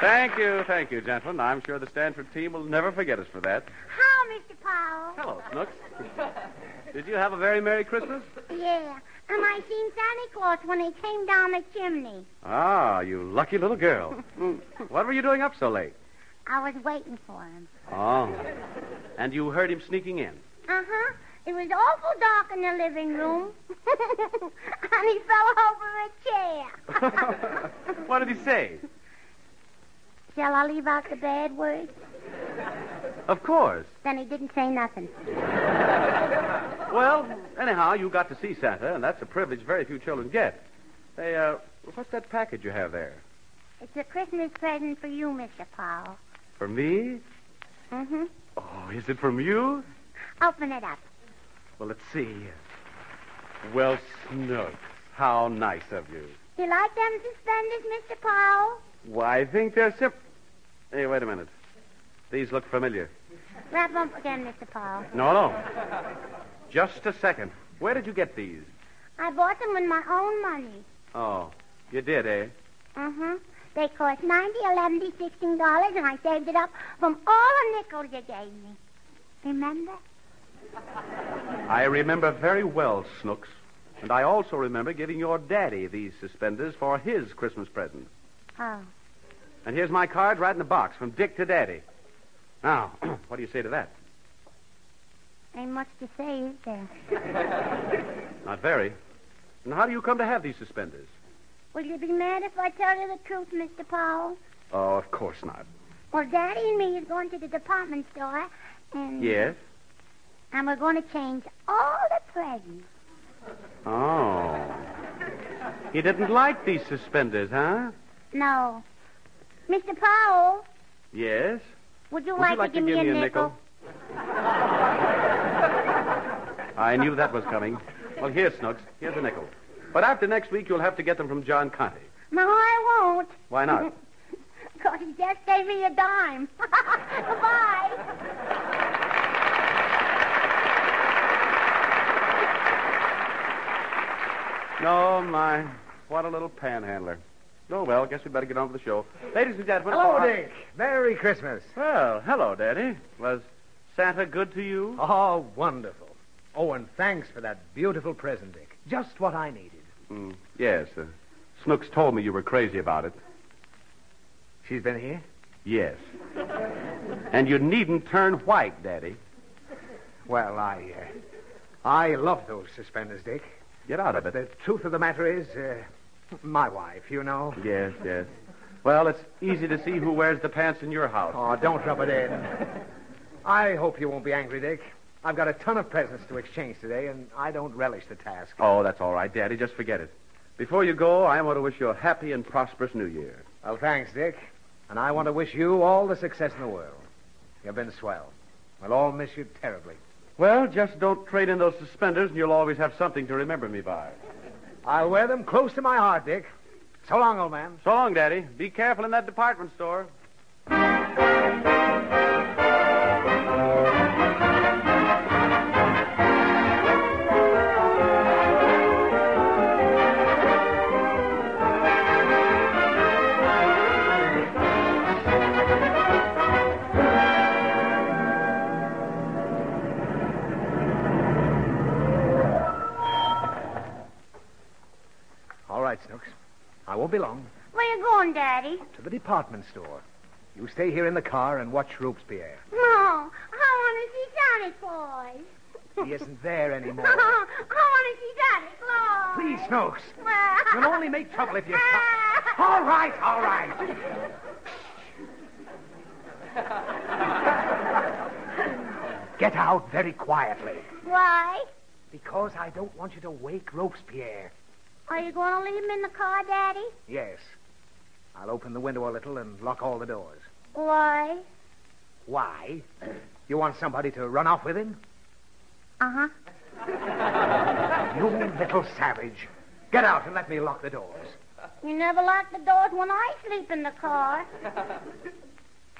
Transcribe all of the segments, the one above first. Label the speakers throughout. Speaker 1: Thank you, thank you, gentlemen. I'm sure the Stanford team will never forget us for that.
Speaker 2: How, Mr. Powell?
Speaker 1: Hello, Snooks. Did you have a very Merry Christmas?
Speaker 2: Yeah. And I seen Santa Claus when he came down the chimney.
Speaker 1: Ah, you lucky little girl. what were you doing up so late?
Speaker 2: I was waiting for him.
Speaker 1: Oh. And you heard him sneaking in.
Speaker 2: Uh-huh. It was awful dark in the living room. and he fell over a chair.
Speaker 1: What did he say?
Speaker 2: Shall I leave out the bad words?
Speaker 1: Of course.
Speaker 2: Then he didn't say nothing.
Speaker 1: Well, anyhow, you got to see Santa, and that's a privilege very few children get. Hey, uh, what's that package you have there?
Speaker 2: It's a Christmas present for you, Mr. Powell.
Speaker 1: For me?
Speaker 2: Mm-hmm.
Speaker 1: Oh, is it from you?
Speaker 2: Open it up.
Speaker 1: Well, let's see. Well, Snooks, how nice of you.
Speaker 2: You like them suspenders, Mr. Powell?
Speaker 1: Why, I think they're sip. Hey, wait a minute. These look familiar.
Speaker 2: Wrap 'em up again, Mr. Powell.
Speaker 1: No, no. Just a second. Where did you get these?
Speaker 2: I bought them with my own money.
Speaker 1: Oh, you did, eh?
Speaker 2: Mm-hmm. They cost 90 11 16 dollars, and I saved it up from all the nickels you gave me. Remember?
Speaker 1: I remember very well, Snooks. And I also remember giving your daddy these suspenders for his Christmas present.
Speaker 2: Oh.
Speaker 1: And here's my card right in the box from Dick to Daddy. Now, what do you say to that?
Speaker 2: Ain't much to say, is there?
Speaker 1: Not very. And how do you come to have these suspenders?
Speaker 2: Will you be mad if I tell you the truth, Mr. Powell?
Speaker 1: Oh, of course not.
Speaker 2: Well, Daddy and me is going to the department store, and
Speaker 1: Yes?
Speaker 2: and we're going to change all the presents.
Speaker 1: Oh. He didn't like these suspenders, huh?
Speaker 2: No, Mr. Powell,
Speaker 1: Yes?
Speaker 2: would you,
Speaker 1: Would
Speaker 2: like,
Speaker 1: you like
Speaker 2: to give me a nickel?
Speaker 1: I knew that was coming. Well, here, Snooks. Here's a nickel. But after next week, you'll have to get them from John Conti.
Speaker 2: No, I won't,
Speaker 1: Why not?
Speaker 2: because he just gave me a dime. Goodbye.
Speaker 1: No, my. What a little panhandler. Oh, well, guess we better get on with the show. Ladies and gentlemen.
Speaker 3: Hello,
Speaker 1: oh,
Speaker 3: Dick. Merry Christmas.
Speaker 1: Well, hello, Daddy. Was Santa good to you?
Speaker 3: Oh, wonderful. Oh, and thanks for that beautiful present, Dick. Just what I needed.
Speaker 1: Mm, yes. Uh, Snooks told me you were crazy about it.
Speaker 3: She's been here?
Speaker 1: Yes. and you needn't turn white, Daddy.
Speaker 3: Well, I, uh, I love those suspenders, Dick.
Speaker 1: Get out of
Speaker 3: But
Speaker 1: it.
Speaker 3: the truth of the matter is, uh, my wife, you know.
Speaker 1: Yes, yes. Well, it's easy to see who wears the pants in your house.
Speaker 3: Oh, don't rub it in. I hope you won't be angry, Dick. I've got a ton of presents to exchange today, and I don't relish the task.
Speaker 1: Oh, that's all right, Daddy. Just forget it. Before you go, I want to wish you a happy and prosperous New Year.
Speaker 3: Well, thanks, Dick. And I want to wish you all the success in the world. You've been swell. We'll all miss you terribly.
Speaker 1: Well, just don't trade in those suspenders, and you'll always have something to remember me by.
Speaker 3: I'll wear them close to my heart, Dick. So long, old man.
Speaker 1: So long, Daddy. Be careful in that department store.
Speaker 3: All right, Snooks. I won't be long.
Speaker 2: Where you going, Daddy?
Speaker 3: To the department store. You stay here in the car and watch Robespierre.
Speaker 2: No, I want to see Santa Claus.
Speaker 3: He isn't there anymore.
Speaker 2: I want to see Santa Claus.
Speaker 3: Please, Snooks.
Speaker 2: Well,
Speaker 3: You'll only make trouble if you stop.
Speaker 2: Ah.
Speaker 3: All right, all right. Get out very quietly.
Speaker 2: Why?
Speaker 3: Because I don't want you to wake Robespierre.
Speaker 2: Are you going to leave him in the car, Daddy?
Speaker 3: Yes. I'll open the window a little and lock all the doors.
Speaker 2: Why?
Speaker 3: Why? You want somebody to run off with him?
Speaker 2: Uh huh.
Speaker 3: You little savage. Get out and let me lock the doors.
Speaker 2: You never lock the doors when I sleep in the car.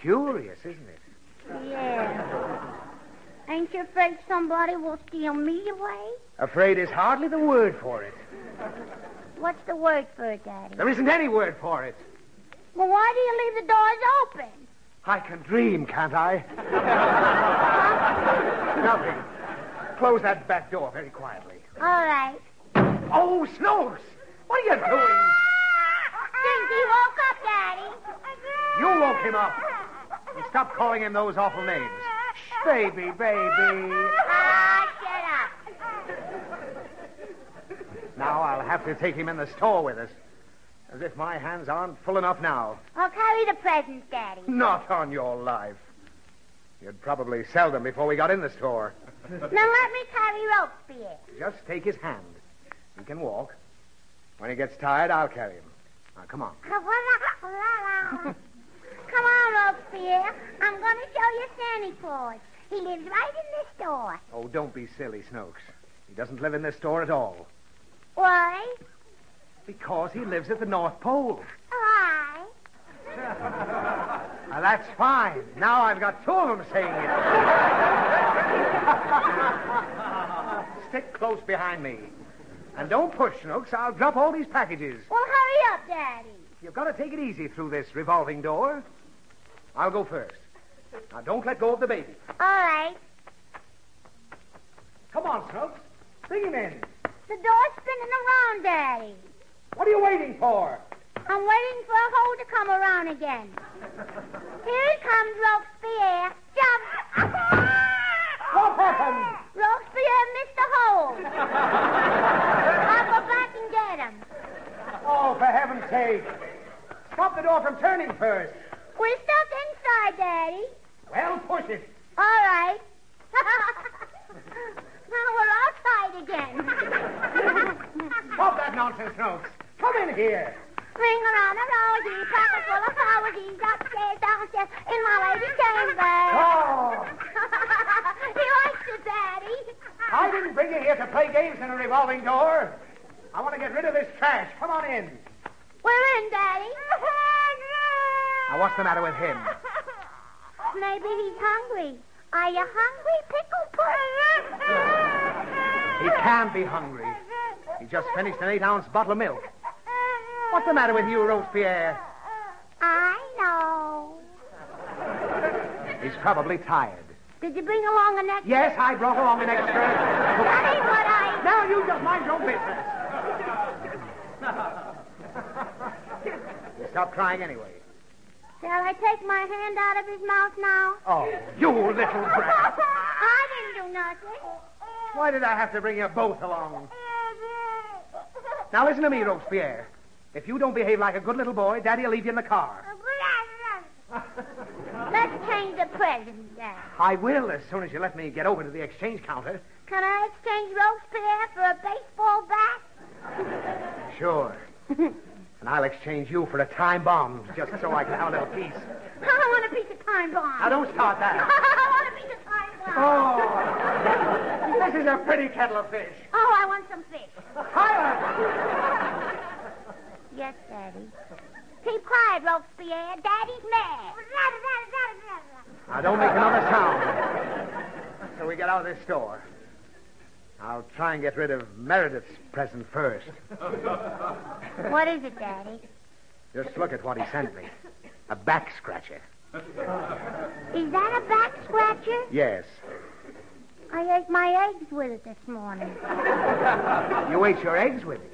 Speaker 3: Curious, isn't it?
Speaker 2: Yeah. Ain't you afraid somebody will steal me away?
Speaker 3: Afraid is hardly the word for it.
Speaker 2: What's the word for it, Daddy?
Speaker 3: There isn't any word for it.
Speaker 2: Well, why do you leave the doors open?
Speaker 3: I can dream, can't I? Nothing. Close that back door very quietly.
Speaker 2: All right.
Speaker 3: Oh, Snopes! What are you doing?
Speaker 2: Dinky woke up, Daddy.
Speaker 3: You woke him up. And stop calling him those awful names. Shh, baby, baby.
Speaker 2: Ah, shut up.
Speaker 3: Now I'll have to take him in the store with us. As if my hands aren't full enough now.
Speaker 2: I'll carry the presents, Daddy.
Speaker 3: Not on your life. You'd probably sell them before we got in the store.
Speaker 2: Now let me carry rope for you.
Speaker 3: Just take his hand. He can walk. When he gets tired, I'll carry him. Now, come on.
Speaker 2: Come on, Robespierre. I'm going to show you Santa Claus. He lives right in this store.
Speaker 3: Oh, don't be silly, Snokes. He doesn't live in this store at all.
Speaker 2: Why?
Speaker 3: Because he lives at the North Pole.
Speaker 2: Why?
Speaker 3: Now, that's fine. Now I've got two of them saying it. Stick close behind me. And don't push, Snooks. I'll drop all these packages.
Speaker 2: Well, hurry up, Daddy.
Speaker 3: You've got to take it easy through this revolving door. I'll go first. Now, don't let go of the baby.
Speaker 2: All right.
Speaker 3: Come on, Snooks. Bring him in.
Speaker 2: The door's spinning around, Daddy.
Speaker 3: What are you waiting for?
Speaker 2: I'm waiting for a hole to come around again. Here he comes, Robespierre. Jump!
Speaker 3: What happened?
Speaker 2: Robespierre missed the hole. I'll go back and get him.
Speaker 3: Oh, for heaven's sake. Stop the door from turning first.
Speaker 2: We're stuck inside, Daddy.
Speaker 3: Well, push it.
Speaker 2: All right. now we're outside again.
Speaker 3: Stop that nonsense, Snooks. Come in here.
Speaker 2: Ring around the rosy, pocket full of posies, upstairs, downstairs, in my lady's chamber.
Speaker 3: Oh,
Speaker 2: he likes it, Daddy.
Speaker 3: I didn't bring you here to play games in a revolving door. I want to get rid of this trash. Come on in.
Speaker 2: We're in, Daddy.
Speaker 3: Now, what's the matter with him?
Speaker 2: Maybe he's hungry. Are you hungry, Pickle Pudding?
Speaker 3: He can't be hungry. He just finished an eight-ounce bottle of milk. What's the matter with you, Robespierre?
Speaker 2: I know.
Speaker 3: He's probably tired.
Speaker 2: Did you bring along a necklace?
Speaker 3: Yes, I brought along an extra.
Speaker 2: That ain't what I...
Speaker 3: Now you just mind your own business. you stop crying anyway.
Speaker 2: Shall I take my hand out of his mouth now?
Speaker 3: Oh, you little brat.
Speaker 2: I didn't do nothing.
Speaker 3: Why did I have to bring you both along? Now listen to me, Robespierre. If you don't behave like a good little boy, Daddy'll leave you in the car.
Speaker 2: Let's change the present, Dad.
Speaker 3: I will as soon as you let me get over to the exchange counter.
Speaker 2: Can I exchange Robespierre for a baseball bat?
Speaker 3: Sure. and I'll exchange you for a time bomb just so I can have a little peace.
Speaker 2: I want a piece of time bomb.
Speaker 3: Now don't start that.
Speaker 2: I want a piece of time bomb.
Speaker 3: Oh, this is a pretty kettle of fish.
Speaker 2: Oh, I want some fish.
Speaker 3: Silence!
Speaker 2: Yes, Daddy. Keep quiet, Robespierre. Daddy's mad.
Speaker 3: Now don't make another sound. So we get out of this store. I'll try and get rid of Meredith's present first.
Speaker 2: What is it, Daddy?
Speaker 3: Just look at what he sent me. A back scratcher.
Speaker 2: Is that a back scratcher?
Speaker 3: Yes.
Speaker 2: I ate my eggs with it this morning.
Speaker 3: You ate your eggs with it.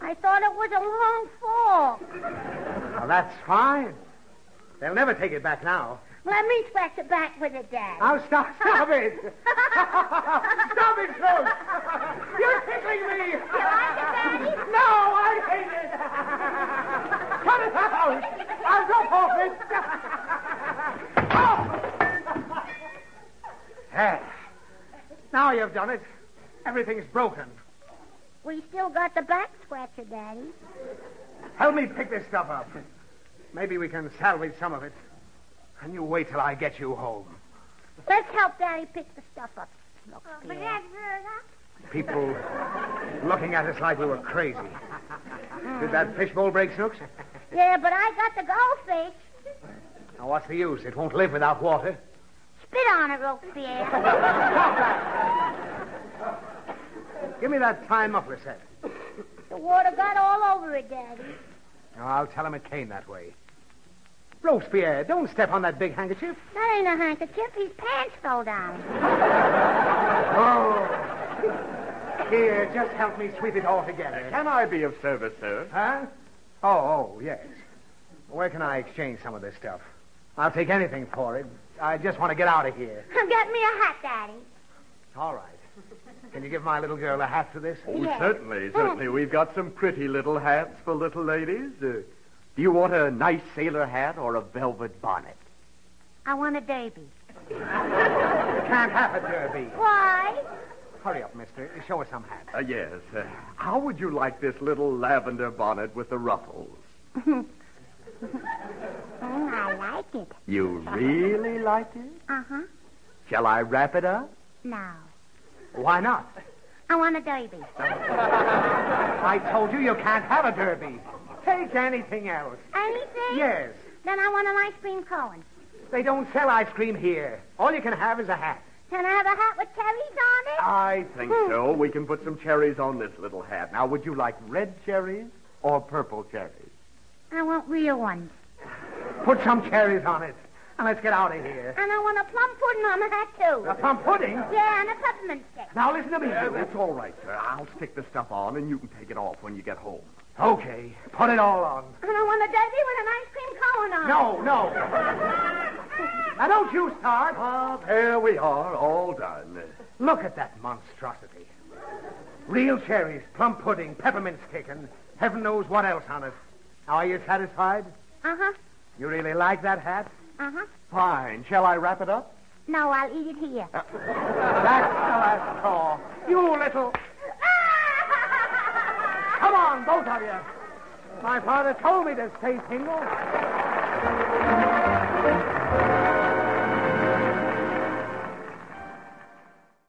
Speaker 2: I thought it was a long fork.
Speaker 3: Now, that's fine. They'll never take it back now.
Speaker 2: Let me scratch the back with it, Daddy.
Speaker 3: Now, stop, stop it. stop it, Snooks. You're tickling me.
Speaker 2: You like it, Daddy?
Speaker 3: No, I hate it. Cut it out. I'll drop off it. There. Now you've done it. Everything's broken.
Speaker 2: We still got the back scratcher, Daddy.
Speaker 3: Help me pick this stuff up. Maybe we can salvage some of it. And you wait till I get you home.
Speaker 2: Let's help Daddy pick the stuff up, Snooks. dear.
Speaker 3: People looking at us like we were crazy. Did that fishbowl break, Snooks?
Speaker 2: Yeah, but I got the goldfish.
Speaker 3: Now, what's the use? It won't live without water.
Speaker 2: Spit on it, Robespierre.
Speaker 3: Give me that tie muffler set.
Speaker 2: the water got all over it, Daddy.
Speaker 3: Now, I'll tell him it came that way. Robespierre, don't step on that big handkerchief.
Speaker 2: That ain't a handkerchief. His pants fell down.
Speaker 3: Oh. Here, just help me sweep it all together.
Speaker 1: Can I be of service, sir?
Speaker 3: Huh? Oh, oh, yes. Where can I exchange some of this stuff? I'll take anything for it. I just want to get out of here.
Speaker 2: Get me a hat, Daddy.
Speaker 3: All right. Can you give my little girl a hat for this?
Speaker 1: Oh,
Speaker 2: Yes.
Speaker 1: certainly, certainly. We've got some pretty little hats for little ladies. Uh, do you want a nice sailor hat or a velvet bonnet?
Speaker 2: I want a derby.
Speaker 3: You can't have a derby.
Speaker 2: Why?
Speaker 3: Hurry up, mister. Show us some hat.
Speaker 1: Uh, yes. Uh, how would you like this little lavender bonnet with the ruffles?
Speaker 2: Mm, I like it.
Speaker 1: You really like it?
Speaker 2: Uh-huh.
Speaker 1: Shall I wrap it up?
Speaker 2: No.
Speaker 3: Why not?
Speaker 2: I want a derby.
Speaker 3: I told you you can't have a derby. Take anything else.
Speaker 2: Anything?
Speaker 3: Yes.
Speaker 2: Then I want an ice cream cone.
Speaker 3: They don't sell ice cream here. All you can have is a hat.
Speaker 2: Can I have a hat with cherries on it?
Speaker 1: I think so. We can put some cherries on this little hat. Now, would you like red cherries or purple cherries?
Speaker 2: I want real ones.
Speaker 3: Put some cherries on it. And let's get out of here.
Speaker 2: And I want a plum pudding on the hat, too.
Speaker 3: A plum pudding?
Speaker 2: Yeah, and a peppermint stick.
Speaker 3: Now listen to me.
Speaker 1: Yeah,
Speaker 3: you.
Speaker 1: that's all right, sir. I'll stick the stuff on, and you can take it off when you get home.
Speaker 3: Okay. Put it all on.
Speaker 2: And I want a derby with an ice cream cone on it.
Speaker 3: No, no. Now don't you start.
Speaker 1: Ah, there we are, all done.
Speaker 3: Look at that monstrosity. Real cherries, plum pudding, peppermint stick, and heaven knows what else on it. Now, are you satisfied?
Speaker 2: Uh-huh.
Speaker 3: You really like that hat?
Speaker 2: Uh-huh.
Speaker 1: Fine. Shall I wrap it up?
Speaker 2: No, I'll eat it here.
Speaker 3: That's the last straw. You little. Come on, both of you. My father told me to stay single.